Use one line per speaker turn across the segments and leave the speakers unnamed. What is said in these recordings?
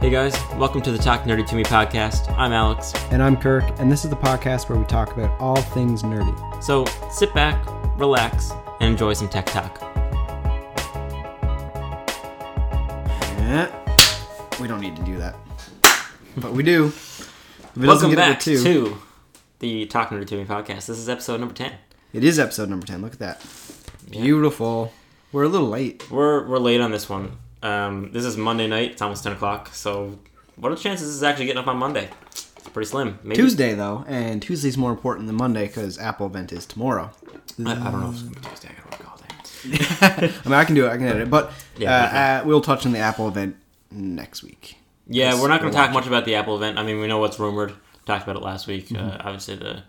Hey guys, welcome to the Talk Nerdy to Me podcast. I'm Alex.
And I'm Kirk, and this is the podcast where we talk about all things nerdy.
So sit back, relax, and enjoy some tech talk. Eh,
We don't need to do that, but we do. If it doesn't
Welcome
get over
back
two-
to the Talk Nerdy to Me podcast. This is episode number ten.
It is episode number ten. Look at that, beautiful. We're a little late.
We're we're late on this one. Um, this is Monday night. It's almost ten o'clock. So what are the chances this is actually getting up on Monday? It's pretty slim. Maybe.
Tuesday though, and Tuesday's more important than Monday because Apple event is tomorrow.
I, I don't know if it's gonna be Tuesday. I gotta work all day.
I mean, I can do it. I can edit it, but
Yeah, we
uh, uh, we'll touch on the Apple event next week.
Yeah,
Yes,
we're not going
we're
to talk much about the Apple event. I mean, we know what's rumored. Talked about it last week. Uh, obviously, the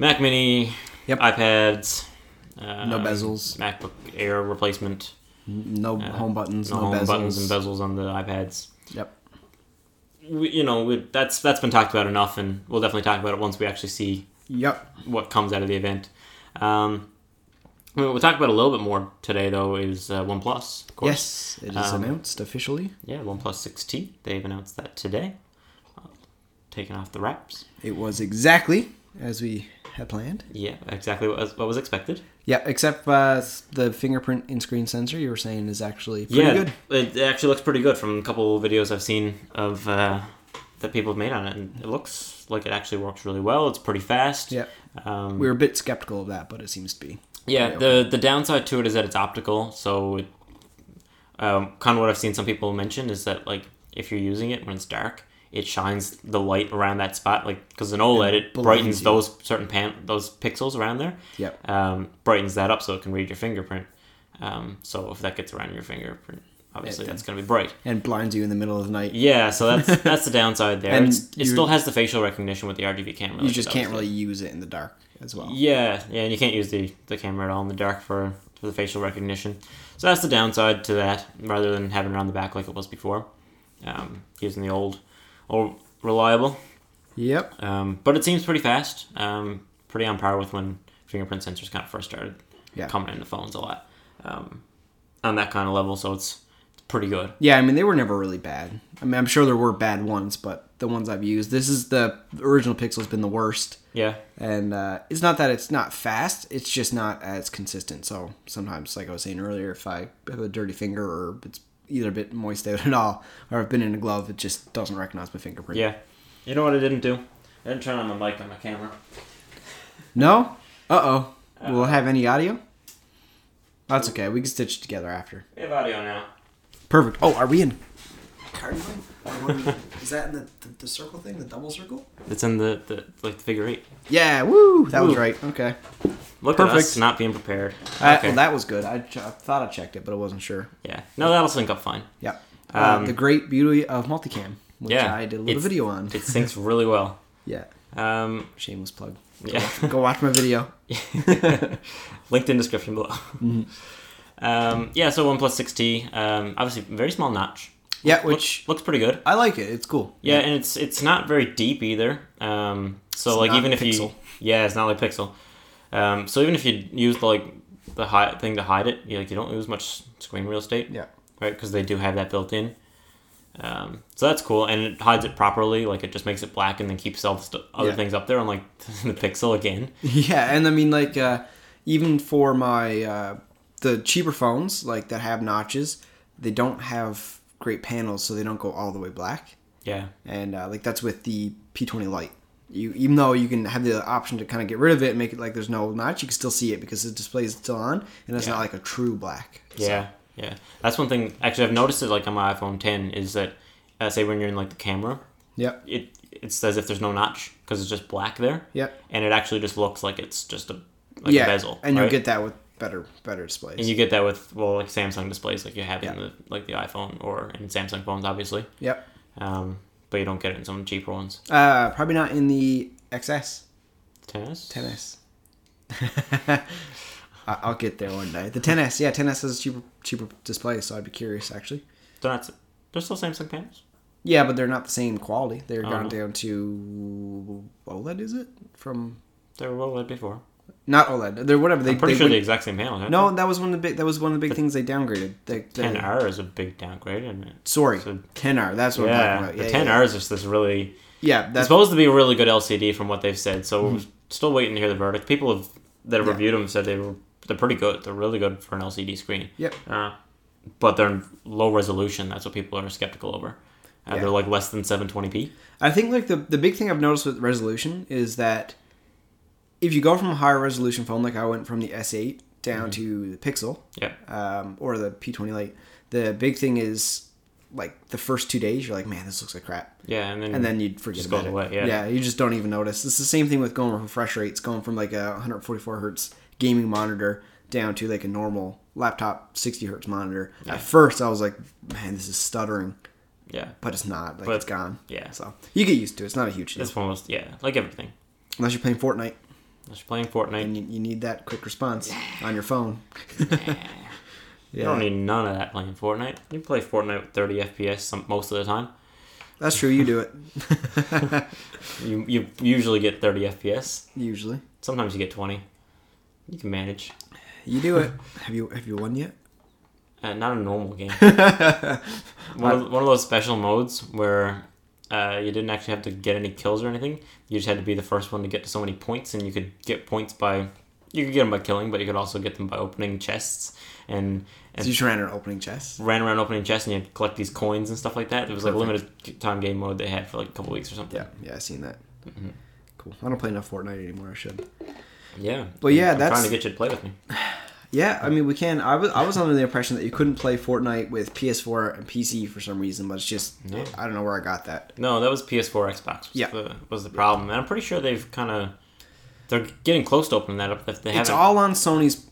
Mac Mini,
Mm-hmm. Yep.
iPads, uh,
No bezels,
MacBook Air replacement,
no
uh,
home buttons,
no,
no,
home
bezels.
buttons and bezels on the iPads.
Yep.
We, you know, we, that's that's been talked about enough, and we'll definitely talk about it once we actually see
Yep.
what comes out of the event. Um, I mean, we'll talk about a little bit more today, though. Is uh, OnePlus? Of course.
Yes, it is
Um,
announced officially.
Yeah, OnePlus 6T. They've announced that today. Taking off the wraps.
It was exactly as we had planned.
Yeah, exactly what was, what was expected.
Yeah, except uh, the fingerprint in screen sensor you were saying is actually pretty
yeah,
good.
it actually looks pretty good from a couple of videos I've seen of uh, that people have made on it, and it looks like it actually works really well. It's pretty fast.
Yeah,
Um,
we were a bit skeptical of that, but it seems to be.
yeah. The the downside to it is that it's optical, so it, um, kind of what I've seen some people mention is that like if you're using it when it's dark, it shines the light around that spot, like because an OLED it
blinds
brightens
you.
those certain pan those pixels around there.
Yep.
um, brightens that up so it can read your fingerprint. Um, so if that gets around your fingerprint, obviously
Yeah.
that's going to be bright.
And blinds you in the middle of the night.
Yeah, so that's that's the downside there.
And
It's, it
you-
still has the facial recognition with the RGB camera.
you
like
just
that
can't
was
really use it in the dark as well.
the- Yeah, yeah, and you can't use the, the camera at all in the dark for, for the facial recognition. So that's the downside to that, rather than having it on the back like it was before, um, using the old, old reliable.
Yep.
Um, but it seems pretty fast, um, pretty on par with when fingerprint sensors kind of first started
Yeah.
coming into phones a lot um, on that kind of level. So it's, it's pretty good.
Yeah, I mean they were never really bad. I mean I'm sure there were bad ones, but the ones I've used, this is the the original Pixel's been the worst.
Yeah,
And uh, it's not that it's not fast; it's just not as consistent. So sometimes, like I was saying earlier, if I have a dirty finger or it's either a bit moist out at all, or I've been in a glove, it just doesn't recognize my fingerprint.
yeah. You know what I didn't do? I didn't turn on the mic on my camera.
No? Uh oh. We'll have any audio? That's okay. We can stitch it together after.
We have audio now.
Perfect. Oh, are we in? Is that in the, the, the circle thing? The double circle?
It's in the, the like the figure eight.
Yeah, woo! That was
Woo.
right. Okay.
Look at us
Perfect.
not being prepared.
Uh,
Okay.
Well, that was good. I, ch- I thought I checked it, but I wasn't sure.
yeah. No, that'll sync up fine.
Yeah. Uh,
Um,
the great beauty of multicam, which
Yeah,
I did a little
it's-
video on.
It syncs really well.
Yeah.
Um,
Shameless plug.
yeah.
Go watch my video.
Linked in description below.
Mm-hmm.
Um, yeah, so OnePlus 6T, um, obviously very small notch.
Yeah,
Looks-
which
looks pretty good.
I like it. It's cool.
Yeah, and it's it's not very deep either. Um, so
It's
like
not
even if
Pixel.
you yeah, it's not like Pixel. Um, so even if you use the, like the hi- thing to hide it, you like you don't lose much screen real estate,
Yeah.
right? Because they do have that built in. Um, so that's cool, and it hides it properly. Like it just makes it black, and then keeps all the st- other
Yeah.
things up there. on like the Pixel again.
Yeah, and I mean like uh, even for my uh, the cheaper phones like that have notches, they don't have great panels, so they don't go all the way black.
Yeah,
And uh, like that's with the P20 Lite. You even though you can have the option to kind of get rid of it and make it like there's no notch, you can still see it because the display is still on, and it's
Yeah.
not like a true black. So-
Yeah, yeah. That's one thing. Actually, I've noticed it like on my iPhone 10 is that, uh, say when you're in like the camera,
Yep.
it it's as if there's no notch because it's just black there.
Yep.
And it actually just looks like it's just a like
yeah.
a bezel.
and you'll
right?
get that with better better displays.
and you get that with well like Samsung displays like you have in
Yeah.
the like the iPhone or in Samsung phones obviously.
yep.
Um, but you don't get it in some cheaper ones.
Uh, probably not in the XS.
Tennis.
10s. I- I'll get there one day. The 10s, yeah, 10s has a cheaper cheaper display, so I'd be curious actually.
They're not. They're still Samsung panels.
Yeah, but they're not the same quality. They're
Oh.
gone down to OLED, E is it? From
They were OLED before.
not OLED. They're whatever they.
I'm pretty
they
sure
would-
the exact same panel. aren't
no, that was one of the big. That was one of the big things they downgraded. The,
they?
the,
10R is a big downgrade, isn't it?
Sorry,
So-
10R. That's what I'm talking
Yeah,
about.
the
Yeah,
10R
yeah,
is just this really.
yeah.
It's
that's
supposed to be a really good LCD from what they've said, so we're still waiting to hear the verdict. People have, that have
Yeah.
reviewed them said they were they're pretty good. They're really good for an LCD screen.
Yep.
Uh, but they're in low resolution. That's what people are skeptical over. Uh,
Yeah.
They're like less than 720p.
I think like the the big thing I've noticed with resolution is that if you go from a higher resolution phone, like I went from the S8
Mm-hmm.
down to the Pixel
Yeah.
um, or the P20 Lite, the big thing is like the first two days you're like, man, this looks like crap,
Yeah, and then
and then you'd forget
Just
about
goes
it.
away, yeah.
you just don't even notice. It's the same thing with going from refresh rates, going from like a 144 hertz gaming monitor down to like a normal laptop 60 hertz monitor. At first, I was like, man, this is stuttering,
yeah,
but it's not. Like
But-
it's gone.
yeah.
So you get used to it. It's not a huge deal.
It's almost yeah, like everything.
Unless you're playing Fortnite
Unless you're playing Fortnite,
and you, you need that quick response on your phone.
you don't need none of that playing Fortnite. You play Fortnite with 30 FPS some, most of the time.
That's true. You do it
You you usually get 30 FPS.
usually.
Sometimes you get 20. You can manage.
You do it. Have you have you won yet?
Uh, not a normal game. one, of, one of those special modes where uh, you didn't actually have to get any kills or anything. You just had to be the first one to get to so many points, and you could get points by you could get them by killing, but you could also get them by opening chests and and
So you just ran an opening chest.
ran around opening chests and you had to collect these coins and stuff like that. It was like a
Perfect.
limited time game mode they had for like a couple weeks or something.
Yeah, yeah, I seen that.
Mm-hmm.
Cool. I don't play enough Fortnite anymore. I should.
yeah.
Well, yeah,
I'm
that's-
trying to get you to play with me.
Yeah, I mean we can. I was I was under the impression that you couldn't play Fortnite with PS4 and PC for some reason, but it's just
No.
I don't know where I got that.
No, that was PS4, Xbox. Was
Yeah.
the, was the problem, and I'm pretty sure they've kind of they're getting close to opening that up if they
It's
haven't.
all on Sony's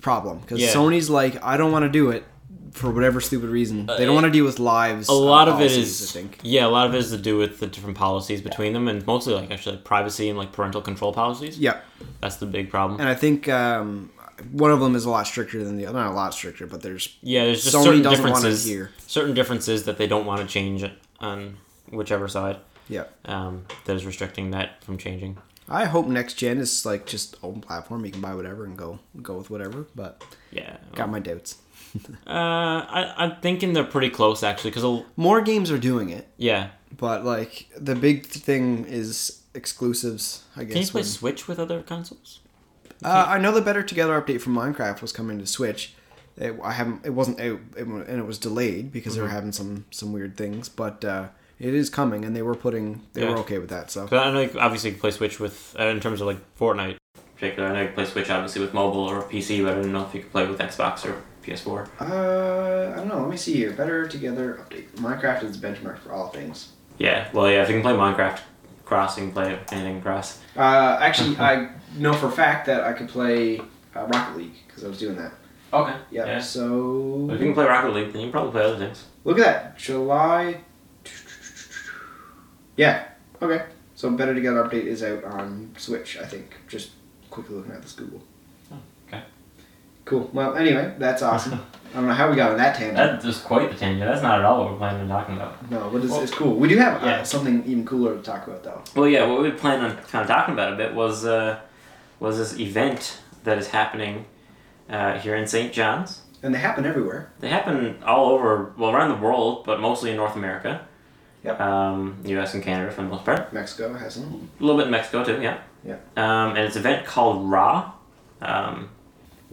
problem because
Yeah.
Sony's like I don't want to do it for whatever stupid reason. They don't want to deal with lives.
Uh, a lot
uh,
of it
policies,
is
I think.
yeah, a lot of it is to do with the different policies between them, and mostly like actually like, privacy and like parental control policies.
Yeah,
That's the big problem.
and I think um, one of them is a lot stricter than the other. Not a lot stricter, but there's
yeah, there's just
Sony
certain
doesn't wanna
differences.
hear.
Certain differences that they don't want to change on whichever side
yeah.
um, that is restricting that from changing.
I hope next gen is like just open platform. You can buy whatever and go go with whatever. But
Yeah.
got my doubts.
Uh, I, I'm thinking they're pretty close actually, because
More games are doing it,
yeah,
but like the big thing is exclusives. I
can you
guess.
play
when-
Switch with other consoles?
uh, I know the Better Together update from Minecraft was coming to Switch. It, I haven't. It wasn't. It, it, wa- and it was delayed because they were having some some weird things. But uh, it is coming, and they were putting. They
Yeah.
were okay with that. So
But I know you, obviously you can play Switch with uh, in terms of like Fortnite. Particular, I know you can play Switch obviously with mobile or PC, but I don't know if you can play with Xbox or PS4.
Uh, I don't know. Let me see here. Better together update. Minecraft is the benchmark for all things.
Yeah, well, yeah, if you can play Minecraft Cross, you can play anything Cross.
Uh, actually, I know for a fact that I could play uh, Rocket League because I was doing that.
Okay.
Yeah.
Yeah. But if you
So
can play Rocket League, then you can probably play other things.
look at that. July. Yeah. Okay. So better together update is out on Switch. I think. Just quickly looking at this Google.
Oh, okay.
Cool. Well, anyway, that's awesome. I don't know how we got on that tangent.
That is quite the tangent. That's not at all what we're planning on talking about.
no, but it's,
Well-
it's cool. We do have
Yeah.
uh, something even cooler to talk about, though.
Well, yeah, what we were planning on kind of talking about a bit was uh, was this event that is happening uh, here in St. John's.
And they happen everywhere.
They happen all over, well, around the world, but mostly in North America.
Yep.
Um, U.S. and Canada for the most part.
Mexico has them.
A little bit in Mexico too, yeah.
Yeah.
Um, and it's an event called Raw. Um,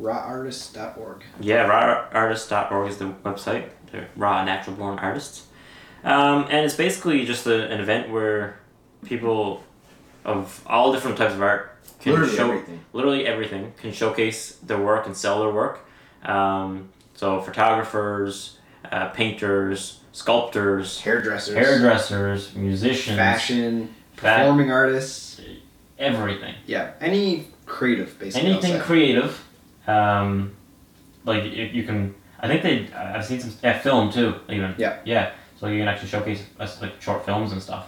rawartists.org.
yeah, rawartists.org is the website. They're raw natural born artists. Um, and it's basically just a, an event where people of all different types of art can
Literally
show
everything.
literally everything can showcase their work and sell their work. Um, so photographers, uh, painters, sculptors,
Hairdressers,
hairdressers, musicians,
fashion,
Fa-
performing artists.
everything.
Yeah, any creative, basically. I'll
anything
say.
creative um like you, you can i think they i've seen some yeah, film too even
Yeah.
yeah so you can actually showcase us like short films and stuff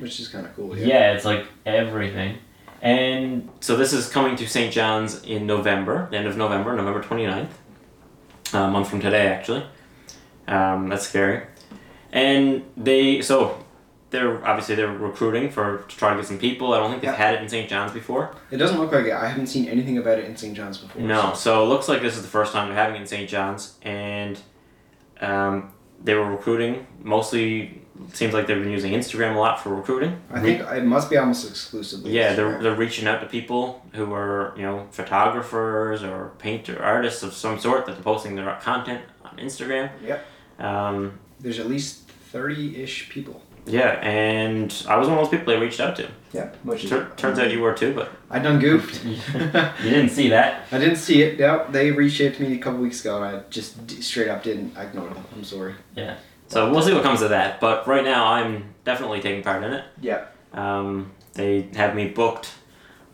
which is kind of cool.
yeah.
Oh, Yeah.
it's like everything and so this is coming to st john's in november the end of november november 29th a month from today actually um, that's scary and they so th- they're obviously they're recruiting for to try to get some people. I don't think they've
Yeah.
had it in St. John's before.
It doesn't look like it. I haven't seen anything about it in St. John's before.
No, so it looks like this is the first time they're having it in St. John's, and um, they were recruiting mostly. Seems like they've been using Instagram a lot for recruiting.
I think it must be almost exclusively.
Yeah,
Instagram.
they're, they're reaching out to people who are, you know, photographers or painter artists of some sort that are posting their content on Instagram.
Yep.
Um,
There's at least 30 ish people.
yeah, and I was one of those people they reached out to.
Yep. Which is-
Tur- turns out you were too, but
I done goofed.
you didn't see that.
I didn't see it. Yep. They reached out to me a couple weeks ago and I just d- straight up didn't. I ignored them. I'm sorry.
Yeah. So we'll see what comes of that. But right now, I'm definitely taking part in it.
Yep.
Um, they have me booked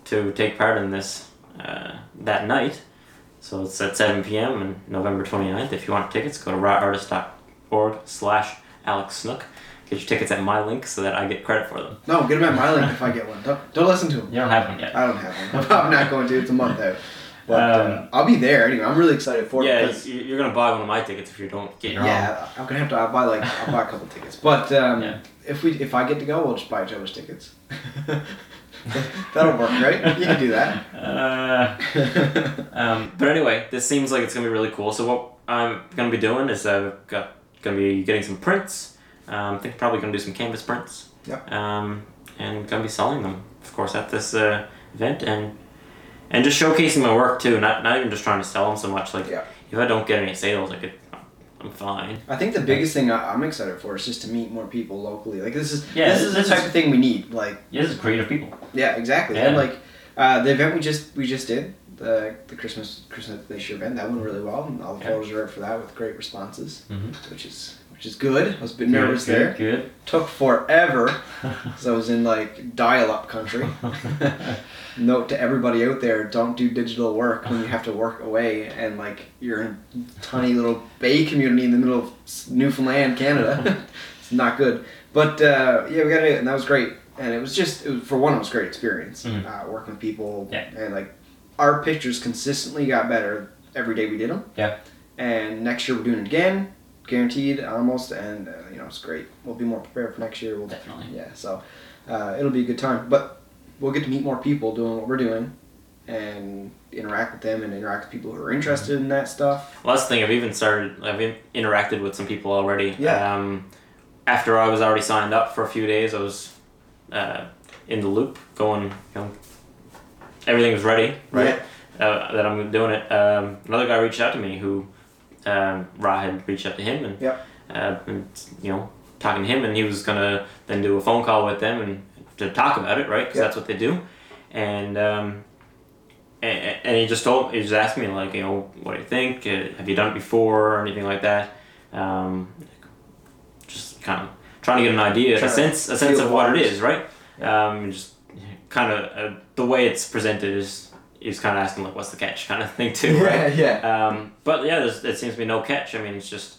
to take part in this uh, that night. So it's at 7 p.m. on November 29th. If you want tickets, go to rawartist.org slash Alex Snook. Get your tickets at my link so that I get credit for them.
No, get them at my link if I get one. Don't, don't listen to them.
You don't have them yet.
I don't have one. I'm not going to. It's a month out. But um, I'll be there anyway. I'm really excited for it.
yeah,
because-
you- you're going to buy one of my tickets if you don't get your own.
Yeah, I'm gonna have to. I'll buy like I'll buy a couple tickets. But um,
Yeah.
if we if I get to go, we'll just buy Joe's tickets. That'll work, right? You can do that.
Uh, um, but anyway, this seems like it's gonna be really cool. So what I'm gonna be doing is I've got gonna be getting some prints. Um, I think probably gonna do some canvas prints.
Yep.
Um, and gonna be selling them, of course, at this uh, event and and just showcasing my work too. Not not even just trying to sell them so much. Like
Yeah.
if I don't get any sales, I could I'm fine.
I think the biggest thing I, I'm excited for is just to meet more people locally. Like this is
Yeah,
this is the
this
type
is-
of thing we need. Like
Yeah, this is creative people.
yeah, exactly. And
Yeah.
like uh, the event we just we just did the the Christmas Christmas this year event that went really well, and all the
Yeah.
photos are up for that with great responses,
Mhm.
which is which is good. I was a bit nervous there.
Good.
took forever because I was in like dial up country. Note to everybody out there don't do digital work when you have to work away and like you're in a tiny little bay community in the middle of s- Newfoundland, Canada. it's not good. But uh, yeah, we got it, and that was great. And it was just, it was, for one, it was a great experience
Mhm.
uh, working with people.
Yeah.
And like our pictures consistently got better every day we did them.
Yeah.
And next year we're doing it again guaranteed almost and uh, you know it's great we'll be more prepared for next year we'll
Definitely.
yeah so uh, it'll be a good time but we'll get to meet more people doing what we're doing and interact with them and interact with people who are interested in that stuff
Well, that's the thing. I've even started. I've in, interacted with some people already.
Yeah.
Um, after I was already signed up for a few days, I was uh, in the loop, going. You know, everything was ready, right? Uh, that I'm doing it. Um, another guy reached out to me who um, Ra had reached out to him and,
Yep.
uh, and you know talking to him, and he was gonna then do a phone call with them and to talk about it, right? Because
Yep.
that's what they do. And um, and, and he just told he just asked me like you know what do you think Uh, have you done it before or anything like that um, just kind of trying to get an idea
Trying
a
to
sense a
feel
sense
the
of what it
waters.
is right um, just kind of uh, the way it's presented is is kind of asking like what's the catch kind of thing too right
yeah
um, but yeah, there's, there seems to be no catch. I mean, it's just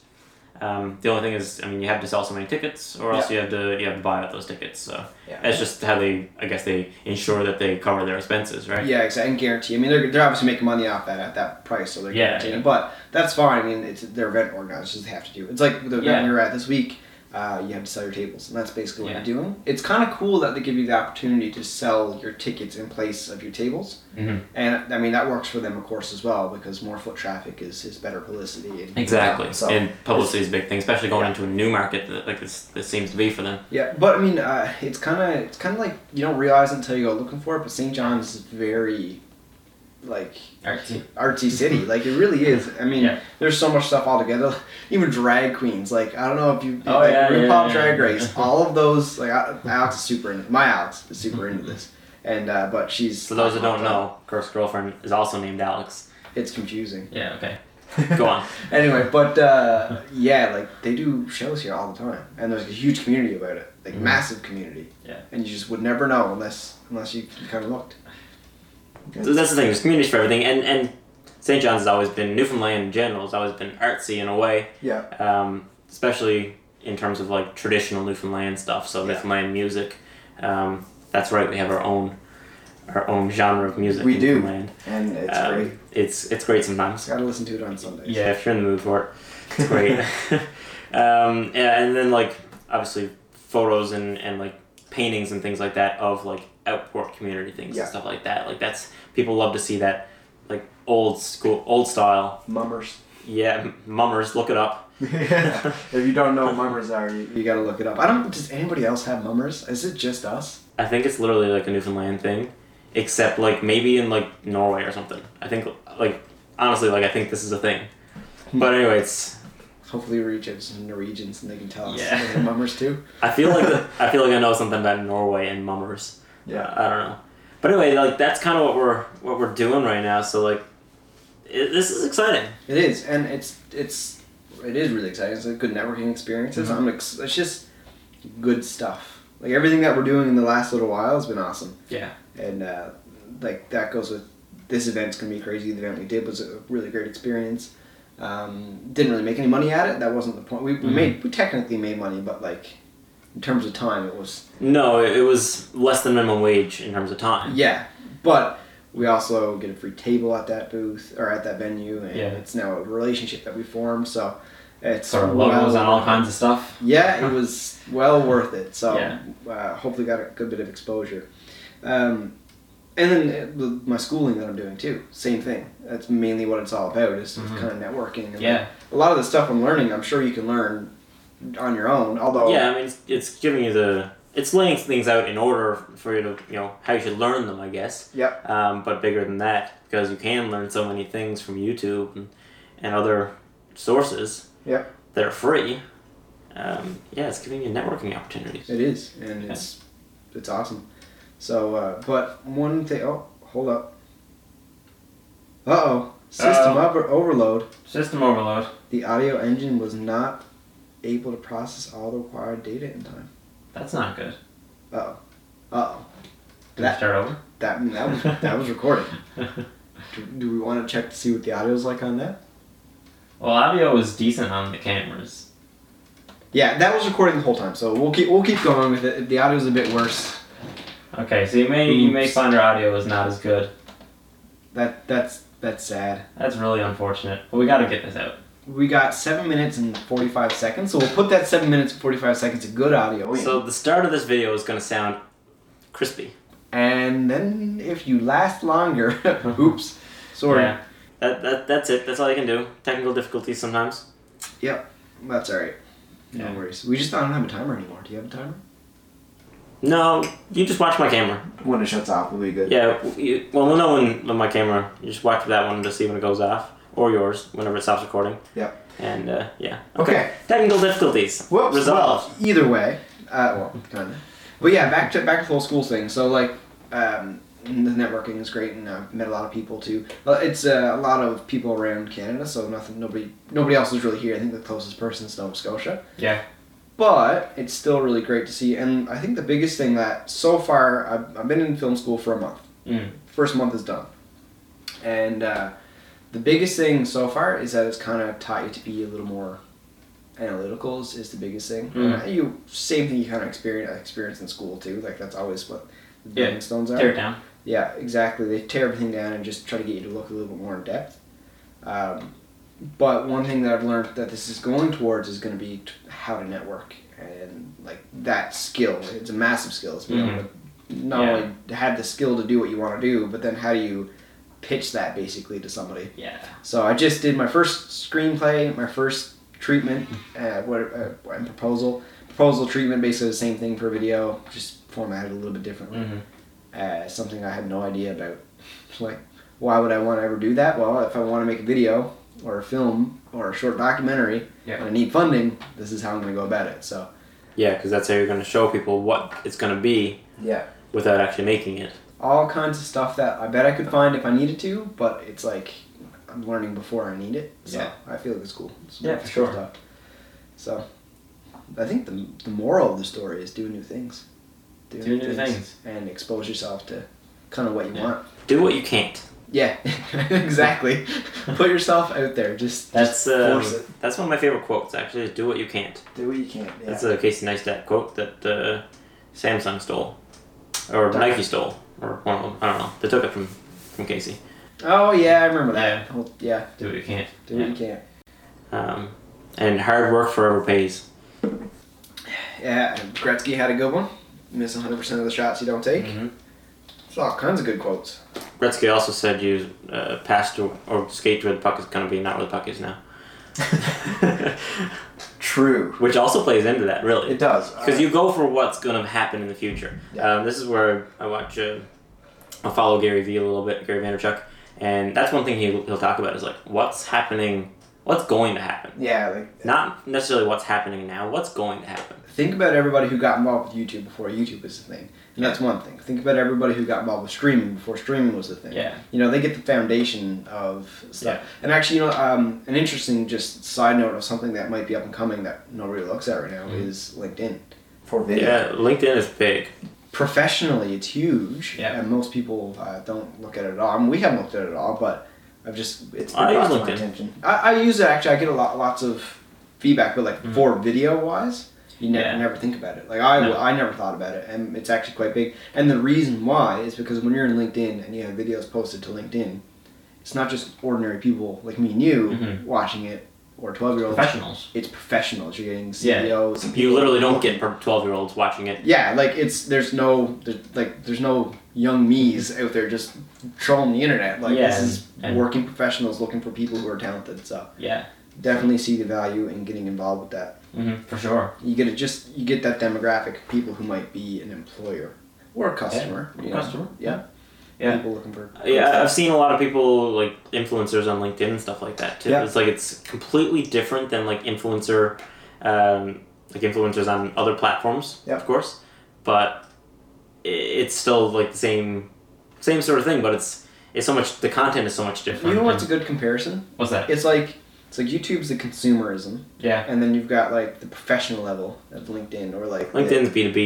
um, the only thing is, I mean, you have to sell so many tickets, or else you have to you have to buy out those tickets. So
Yeah.
that's just how they, I guess, they ensure that they cover their expenses, right?
yeah exactly and guarantee i mean they're, they're obviously making money off that at that price so they're
Yeah,
guaranteeing
yeah.
but that's fine i mean it's their event organizers they have to do it. it's like the event
Yeah.
we were at this week uh, you have to sell your tables, and that's basically what
Yeah.
you're doing. It's kind of cool that they give you the opportunity to sell your tickets in place of your tables.
Mm-hmm.
And I mean that works for them, of course, as well because more foot traffic is, is better publicity. And,
Exactly.
So
and publicity is a big thing, especially going
Yeah.
into a new market that, like this. This seems to be for them.
yeah, but I mean, uh, it's kind of it's kind of like you don't realize until you go looking for it. But St. John's is very like
Artsy.
artsy city. like it really is. I mean,
Yeah.
there's so much stuff all together. Even drag queens. Like I don't know if you
Oh,
like
yeah, yeah,
RuPaul
yeah,
Drag
yeah.
Race. All of those. Like I- Alex is super into my Alex is super into this. And uh, but she's
For those that don't know, Kirk's girlfriend is also named Alex.
it's confusing.
Yeah. Okay. Go on.
anyway, but uh, yeah, like they do shows here all the time, and there's a huge community about it, like massive community.
Mm-hmm. Yeah.
And you just would never know unless unless you kind of looked.
So that's the thing. There's communities for everything, and and St. John's has always been Newfoundland in general has always been artsy in a way.
Yeah.
um, especially in terms of like traditional Newfoundland stuff. So
Yeah.
Newfoundland music, um, that's right. We have our own our own genre of music.
We
in
do.
Newfoundland.
And it's
Um,
great.
It's it's great sometimes.
Got to listen to it on Sundays.
Yeah, if you're in the mood for it, it's great. um, yeah, and then like obviously photos and, and like paintings and things like that of like outport community things
Yeah.
and stuff like that. Like that's people love to see that like old school old style.
Mummers.
Yeah, m- mummers, look it up.
if you don't know what mummers are, you, you gotta look it up. I don't. Does anybody else have mummers? Is it just us?
I think it's literally like a Newfoundland thing, except like maybe in like Norway or something. I think like honestly like I think this is a thing. But anyway, it's
Hopefully, we reach out to some Norwegians and they can tell us.
Yeah.
Are they mummers too.
I feel like I feel like I know something about Norway and mummers.
Yeah.
I don't know. But anyway, like that's kind of what we're what we're doing right now. So like, it, this is exciting.
It is, and it's it's it is really exciting. It's a good networking experiences. I'm ex- it's just good stuff. Like everything that we're doing in the last little while has been awesome,
Yeah.
and uh, like that goes with this event's gonna be crazy. The event we did was a really great experience. Um, didn't really make any money at it. That wasn't the point. We, we
Mhm.
made we technically made money, but like in terms of time, it was
No, it, it was less than minimum wage in terms of time.
Yeah, but we also get a free table at that booth or at that venue, and
Yeah.
it's now a relationship that we formed. So it's
Sort of logos and
uh,
all kinds of stuff.
Yeah, it was well worth it. So
Yeah.
uh, hopefully got a good bit of exposure. Um, and then uh, the- my schooling that I'm doing too, same thing. That's mainly what it's all about is kind of networking. And
Mm-hmm. Yeah.
a lot of the stuff I'm learning, I'm sure you can learn on your own. Although
Yeah, I mean, it's, it's giving you the it's laying things out in order for you to you know how you should learn them, I guess.
Yep.
Um, but bigger than that, because you can learn so many things from YouTube and, and other sources.
Yep.
That are free. Um, yeah, it's giving you networking opportunities.
It is, and it's it's awesome. So, uh, but one thing. Oh, hold up. Uh oh, system
Uh-oh.
over- overload.
System overload.
The audio engine was not able to process all the required data in time.
That's not good.
Uh oh. Uh oh.
Do we
That-
start over?
That that was that was recorded. Do, do we want to check to see what the audio's like on that?
Well, audio was decent on the cameras.
Yeah, that was recording the whole time. So we'll keep we'll keep going with it. The audio's a bit worse.
Okay, so you may you may
Oops.
find our audio was not as good.
That that's that's sad.
That's really unfortunate. But we gotta get this out.
We got seven minutes and forty five seconds. So we'll put that seven minutes and forty five seconds of good audio. in.
So the start of this video is going to sound crispy.
and then if you last longer, oops, sorry.
Yeah.
That, that that's it. That's all you can do. Technical difficulties sometimes.
That's all right. No
Yeah.
worries. We just don't have a timer anymore. Do you have a timer?
No, you just watch my camera.
When it shuts off, we'll be good.
Yeah, w- you, well, we'll know when when my camera. You just watch that one to see when it goes off, or yours whenever it stops recording.
Yep.
And uh, yeah.
Okay.
Technical difficulties.
Whoops.
Resolved.
Well, either way, uh, well, kind of. But yeah, back to back to the whole school thing. So like, um, the networking is great, and I've met a lot of people too. Well, It's uh, a lot of people around Canada, so nothing, nobody, nobody else is really here. I think the closest person is Nova Scotia.
Yeah.
but it's still really great to see. And I think the biggest thing that so far, I've, I've been in film school for a month.
Mm.
First month is done. And uh, the biggest thing so far is that it's kind of taught you to be a little more analytical is, is the biggest thing.
Mm.
And you same thing you kind of experience experience in school too. Like that's always what the
Yeah.
building stones are.
Tear it down.
Yeah, exactly. They tear everything down and just try to get you to look a little bit more in depth. Um, but one thing that I've learned that this is going towards is going to be t- how to network and like that skill. It's a massive skill. It's being able to not
Yeah.
only to have the skill to do what you want to do, but then how do you pitch that basically to somebody?
Yeah.
So I just did my first screenplay, my first treatment, uh, what uh, and proposal, proposal treatment, basically the same thing for video, just formatted a little bit differently
Mm-hmm.
uh, something I had no idea about. Like, why would I want to ever do that? Well, if I want to make a video or a film or a short documentary
Yeah.
and I need funding, this is how I'm going to go about it. So,
Yeah, because that's how you're going to show people what it's going to be
yeah.
without actually making it.
All kinds of stuff that I bet I could find if I needed to, but it's like I'm learning before I need it. So,
Yeah.
I feel it's cool. It's
Yeah,
cool
sure.
stuff. So, I think the, the moral of the story is do new things. Do,
Do new things.
And expose yourself to kind of what you
Yeah.
want.
Do what you can't.
Yeah, exactly. Put yourself out there. Just
That's um,
force it.
that's one of my favorite quotes. Actually, is do what you can't.
do what you can. Yeah.
That's a Casey Neistat quote that uh, Samsung stole, or
Darn.
Nike stole, or one of them. I don't know. They took it from from Casey.
oh yeah, I remember that.
Yeah.
Well, yeah.
Do what you can.
do what you can.
Um, and hard work forever pays.
Yeah, Gretzky had a good one. Miss 100% of the shots you don't
Mm-hmm.
take.
Mhm.
It's all kinds of good quotes.
Gretzky also said you uh, pass to or skate to where the puck is going to be, not where the puck is now.
True.
Which also plays into that, really.
It does.
Because you go for what's going to happen in the future. Um, this is where I watch, uh, I follow Gary Vee a little bit, Gary Vaynerchuk, and that's one thing he, he'll talk about is like, what's happening, what's going to happen.
Uh, Yeah, like
Not necessarily what's happening now, what's going to happen.
think about everybody who got involved with YouTube before YouTube was a thing, and that's one thing. Think about everybody who got involved with streaming before streaming was a thing.
Yeah.
you know they get the foundation of stuff. And actually, you know, um, an interesting just side note of something that might be up and coming that nobody looks at right now is LinkedIn.
For
Yeah, LinkedIn is big.
Professionally, it's huge,
Yeah.
and most people uh, don't look at it at all. I mean, we haven't looked at it at all, but I've just it's
I use
been brought to my
LinkedIn.
attention. I, I use it actually. I get a lot lots of feedback, but like
Mm-hmm.
for video wise, you ne-
Yeah.
never think about it. Like I,
No.
I never thought about it, and it's actually quite big. And the reason why is because when you're in LinkedIn and you have videos posted to LinkedIn, it's not just ordinary people like me and you
Mm-hmm.
Mhm.
watching it or twelve year olds.
Professionals.
It's professionals. You're getting
Yeah.
CEOs. and
You
people-
literally don't get 12 year olds watching it.
yeah, like it's there's no there, like there's no young me's out there just trolling the internet. Like
Yeah,
this is
and-
working professionals looking for people who are talented. So
Yeah.
definitely see the value in getting involved with that.
hmm For sure.
You get it just you get that demographic of people who might be an employer or a customer. you know.
Customer.
Yeah.
Yeah.
People looking for
Yeah, I've seen a lot of people like influencers on LinkedIn and stuff like that too.
Yeah.
It's like it's completely different than like influencer, um, like influencers on other platforms,
Yeah.
of course, but i- it's still like the same, same sort of thing. But it's it's so much the content is so much different.
You know what's a good comparison?
What's that?
It's like it's like YouTube's the consumerism,
Yeah.
and then you've got like the professional level of LinkedIn or like the-
LinkedIn's B two B,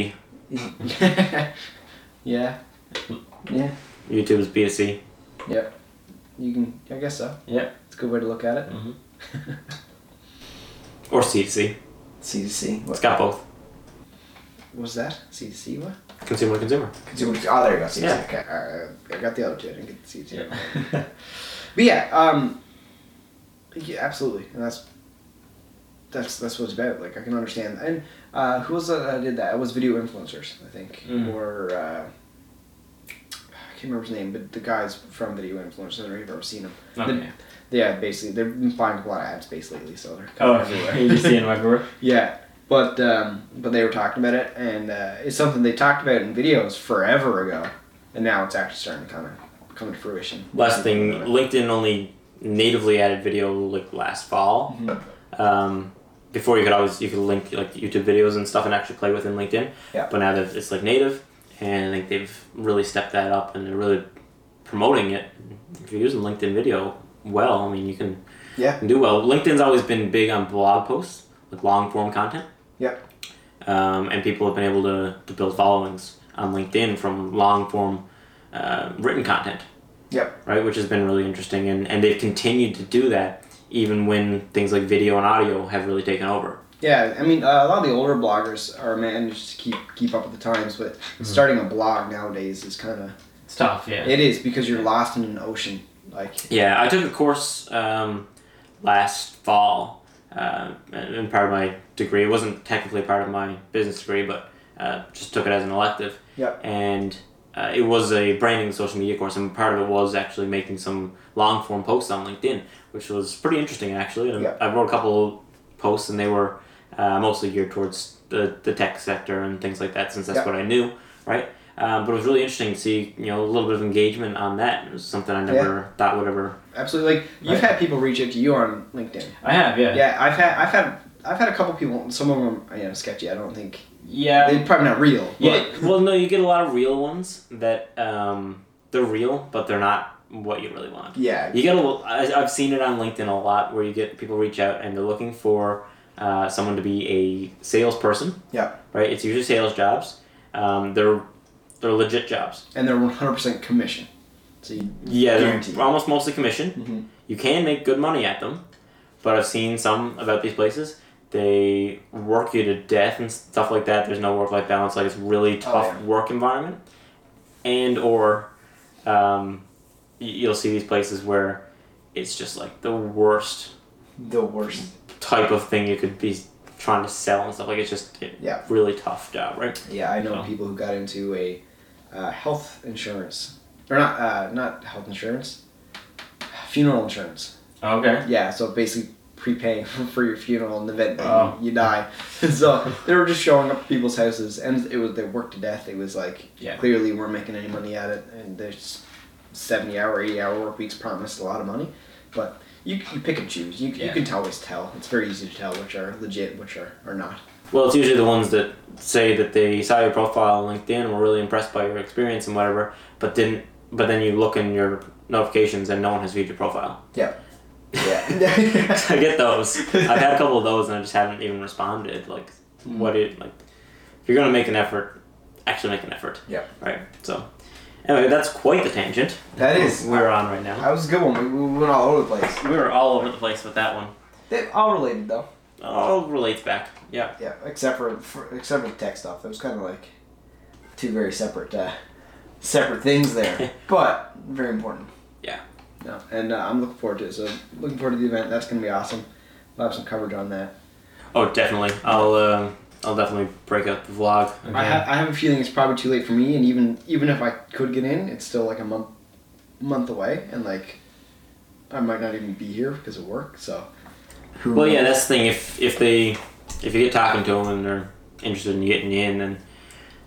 yeah. Yeah.
YouTube's B two C.
You can, I guess so.
Yeah.
It's a good way to look at it.
Mhm.
Or C to C.
C to C.
It's got both.
What's that? C to C what?
Consumer to consumer.
Consumer. Oh, there you go. C to C.
Yeah.
Okay. Uh, I got the other two. I didn't get the C to C.
Yeah.
But yeah, um, yeah, absolutely, and that's that's that's what it's about. Like I can understand. And uh, who was that that did that? It was video influencers, I think,
Mm.
or uh, I can't remember his name, but the guys from video influencers. I don't know if you've ever seen them.
okay.
Yeah, basically, they've been buying a lot of ad space lately, so they're
Oh,
kind of everywhere.
you see in my group?
Yeah, but um, but they were talking about it, and uh, it's something they talked about in videos forever ago, and now it's actually starting to kind of come to fruition.
Last thing, LinkedIn only natively added video like last fall.
Mhm.
Um, before you could always you could link like YouTube videos and stuff and actually play within LinkedIn.
Yeah.
But now that it's like native, and I think they've really stepped that up and they're really promoting it. If you're using LinkedIn video well, I mean you can
Yeah.
do well. LinkedIn's always been big on blog posts, like long form content.
Yeah.
Um, and people have been able to, to build followings on LinkedIn from long form uh, written content
Yep.
right? Which has been really interesting, and, and they've continued to do that even when things like video and audio have really taken over.
Yeah, I mean, uh, a lot of the older bloggers are managed to keep keep up with the times, but
Mm-hmm.
starting a blog nowadays is kind of
It's tough, yeah.
it is because you're lost in an ocean. Like,
Yeah, I took a course um, last fall, uh, and part of my degree. It wasn't technically part of my business degree, but uh, just took it as an elective.
Yep.
And uh, it was a branding and social media course, and part of it was actually making some long form posts on LinkedIn, which was pretty interesting actually. And
Yep.
I wrote a couple posts, and they were uh, mostly geared towards the, the tech sector and things like that, since that's
Yep.
what I knew, right? Um, but it was really interesting to see, you know, a little bit of engagement on that. It was something I never thought would ever
absolutely, like you've
Right.
had people reach out to you on LinkedIn.
I have, yeah.
Yeah, I've had I've had I've had a couple people. Some of them, are, you know, sketchy. I don't think
Yeah.
they're probably not real. but-
Yeah, well, no, you get a lot of real ones that um, they're real, but they're not what you really want.
yeah,
You get a, I, I've seen it on LinkedIn a lot where you get people reach out and they're looking for uh, someone to be a salesperson.
Yeah.
Right. It's usually sales jobs. Um, they're they're legit jobs.
and they're one hundred percent commission. So you,
Yeah, they're
Guaranteed.
almost mostly commission.
Mm-hmm.
You can make good money at them, but I've seen some about these places. They work you to death and stuff like that. There's no work life balance. Like it's really tough
Oh, yeah.
work environment, and or um, y- you'll see these places where it's just like the worst
the worst.
type of thing you could be trying to sell and stuff. Like it's just it,
Yeah.
really tough job, right?
Yeah, I know
Oh.
people who got into a uh, health insurance or not uh, not health insurance, funeral insurance.
Oh, Okay.
Yeah, so basically prepaying for your funeral in the event that
Oh.
you die. so they were just showing up to people's houses, and it was they worked to death. It was like
Yeah.
clearly weren't making any money at it, and there's seventy hour, eighty hour work weeks promised a lot of money, but. You, you pick and choose. You, you
Yeah.
can t- always tell. It's very easy to tell which are legit, which are, are not.
Well, it's usually the ones that say that they saw your profile on LinkedIn and were really impressed by your experience and whatever, but didn't. But then you look in your notifications and no one has viewed your profile.
Yeah.
I get those. I've had a couple of those and I just haven't even responded. Like,
Mm-hmm.
what it like? If you're gonna make an effort, actually make an effort.
Yeah.
Right. So, anyway, that's quite the tangent
That is.
we're on right now.
That was a good one. We, we went all over the place.
We were all over the place with that one.
They all related though.
All relates back. Yeah.
Yeah, except for, for except for the tech stuff. It was kind of like two very separate uh, separate things there, but very important.
Yeah.
No, and uh, I'm looking forward to it. So looking forward to the event. That's gonna be awesome. We'll have some coverage on that.
Oh, definitely. I'll um, I'll definitely break up the vlog.
I,
again.
ha- I have a feeling it's probably too late for me, and even even if I could get in, it's still like a month month away, and like I might not even be here because of work. So who
Well, yeah,
knows?
that's the thing. If if they if you get talking to them and they're interested in getting you in, then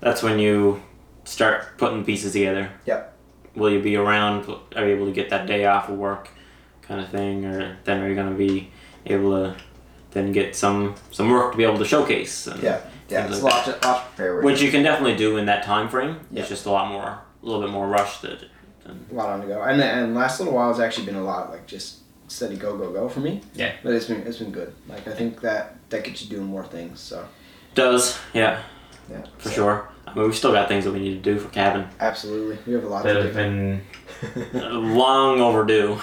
that's when you start putting pieces together.
Yep.
Will you be around? Are you able to get that day off of work, kind of thing, or then are you gonna be able to then get some some work to be able to showcase? And,
yeah, yeah. It's a lot to, lot to prepare with.
Which you can definitely do in that time frame.
Yeah.
It's just a lot more, a little bit more rushed. That, than,
a lot on the go, and and last little while has actually been a lot like just steady go go go for me.
Yeah.
but it's been it's been good. Like I think that that gets you doing more things. So
does yeah
yeah,
for
So,
sure. I mean, we've still got things that we need to do for cabin.
absolutely. We have a lot
That have
to
been
do.
Long overdue.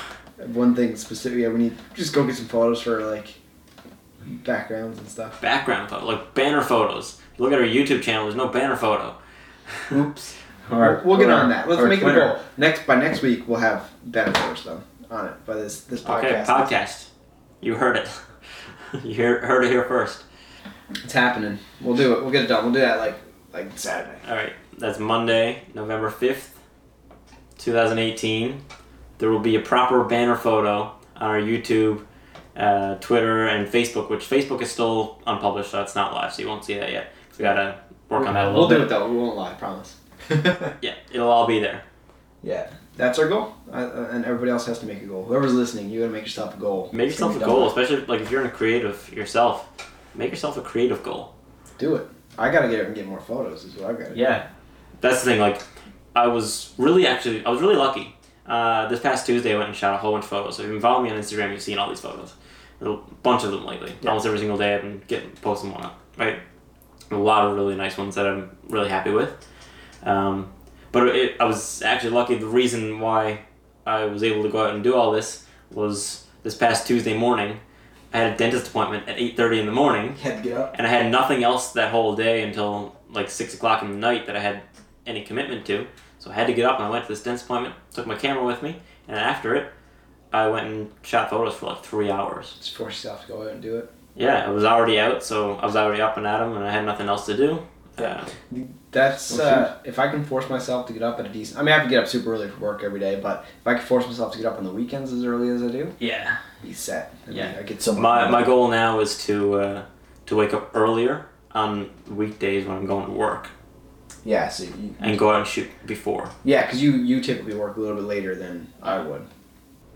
One thing specifically, yeah, we need just go get some photos for like backgrounds and stuff.
background photo, like banner photos. Look at our YouTube channel. There's no banner photo.
Oops,
or,
we'll, we'll get
or-
on that. Let's
or
make it a
Twitter.
goal. Next by next week, we'll have better photos done on it by this this
Okay,
podcast.
podcast. You heard it. you hear, heard it here first.
It's happening. We'll do it. We'll get it done. We'll do that like like Saturday.
All right, that's Monday, November fifth, two thousand eighteen. There will be a proper banner photo on our YouTube, uh, Twitter, and Facebook. Which Facebook is still unpublished, so it's not live, so you won't see that yet. We gotta work on that a little
We'll do
bit.
it though. We won't lie. Promise.
Yeah, it'll all be there.
Yeah, that's our goal, I, uh, and everybody else has to make a goal. Whoever's listening, you gotta make yourself a goal.
Make
It's
yourself
gonna be
a
done.
goal, especially like if you're in a creative yourself. Make yourself a creative goal.
Do it. I gotta get out and get more photos. Is what I've got.
Yeah.
that's the thing. Like, I was really actually, I was really lucky. Uh, this past Tuesday, I went and shot a whole bunch of photos. If you follow me on Instagram, you've seen all these photos, a bunch of them lately.
Yeah.
Almost every single day, I've been getting posting one up. Right, a lot of really nice ones that I'm really happy with. Um, but it, I was actually lucky. The reason why I was able to go out and do all this was this past Tuesday morning. I had a dentist appointment at eight thirty in the morning
You had to get up.
and I had nothing else that whole day until like six o'clock in the night that I had any commitment to. So I had to get up and I went to this dentist appointment, took my camera with me, and after it, I went and shot photos for like three hours.
Just force yourself to go out and do it.
Yeah, I was already out, so I was already up and at 'em and I had nothing else to do. Uh,
That's
Well,
uh, if I can force myself to get up at a decent. I mean, I have to get up super early for work every day, but if I can force myself to get up on the weekends as early as I do,
Yeah.
be set. I mean,
Yeah.
I get so much
Uh, my
done.
my goal now is to uh, to wake up earlier on weekdays when I'm going to work
Yeah, so you,
and go out and shoot before.
yeah, because you you typically work a little bit later than I would.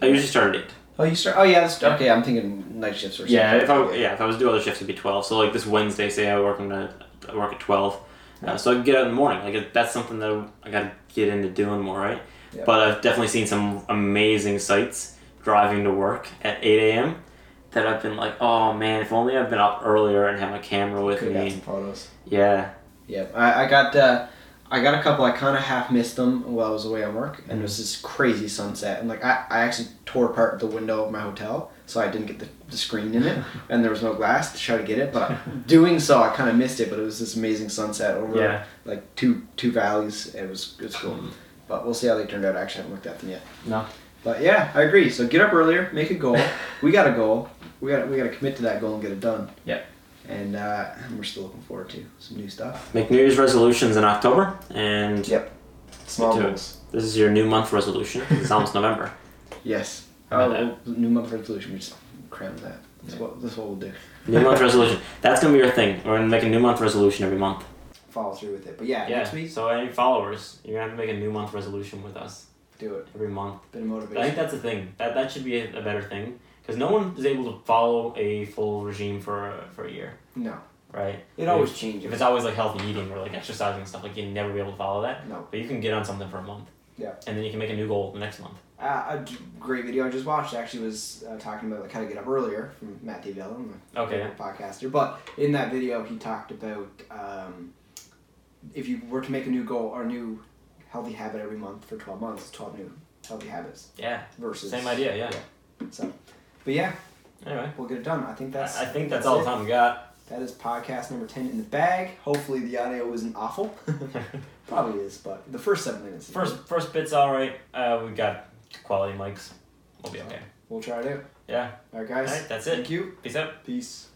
I usually start at eight.
Oh, you start. Oh yeah, that's, okay. I'm thinking night shifts or something.
Yeah, if I yeah if I was to do other shifts, it'd be twelve. So like this Wednesday, say I work in a, I work at twelve, uh, so I can get out in the morning. Like it- that's something that I gotta get into doing more, right?
Yeah.
But I've definitely seen some amazing sights driving to work at eight a.m. That I've been like, oh man, if only I've been up earlier and had my camera with
Could have got
me.
some photos.
Yeah,
Yeah, I, I got uh, I got a couple. I kind of half missed them while I was away on work, and it
Mm-hmm.
was this crazy sunset. And like I, I actually tore apart the window of my hotel, so I didn't get the, the screen in it, and there was no glass to try to get it. But doing so, I kind of missed it. But it was this amazing sunset over
Yeah. Mm-hmm.
like two two valleys. It was it was cool. But we'll see how they turned out. I actually haven't looked at them yet.
No.
But yeah, I agree. So get up earlier, make a goal. we got a goal. We got to we got to commit to that goal and get it done.
Yeah.
and uh, we're still looking forward to some new stuff.
Make New Year's resolutions in October and
Yep.
stick to it. This is your new month resolution. It's almost November.
Yes.
How
Oh,
about
well, new month resolution. We just cram that. That's what that's what we'll do.
New month resolution. That's gonna be your thing. We're gonna make a new month resolution every month.
Follow through with it. But yeah, next
Yeah.
week,
So any followers, you're gonna have to make a new month resolution with us
do it.
every month.
Bit of motivation.
I think that's a thing. That that should be a, a better thing because no one is able to follow a full regime for for a year,
no,
right?
it always
If
changes.
it's always like healthy eating or like exercising and stuff, like you'd never be able to follow that.
No.
But you can get on something for a month.
Yeah.
And then you can make a new goal the next month.
Uh, a d- great video I just watched actually was uh, talking about like how to get up earlier from Matt Diavella, my
Okay.
favorite podcaster. But in that video, he talked about um, if you were to make a new goal or new healthy habit every month for twelve months, twelve new healthy habits
Yeah.
versus
Same idea. Yeah.
So, but yeah,
Anyway,
we'll get it done. I think that's.
I I think that's all the
it.
time we got.
That is podcast number ten in the bag. Hopefully the audio isn't awful. Probably is, but the first seven minutes.
First first bit's all right. Uh, we've got quality mics. We'll be okay.
We'll try it out.
Yeah.
All right,
All
guys.
right. That's
Thank
it.
you.
Peace out.
Peace.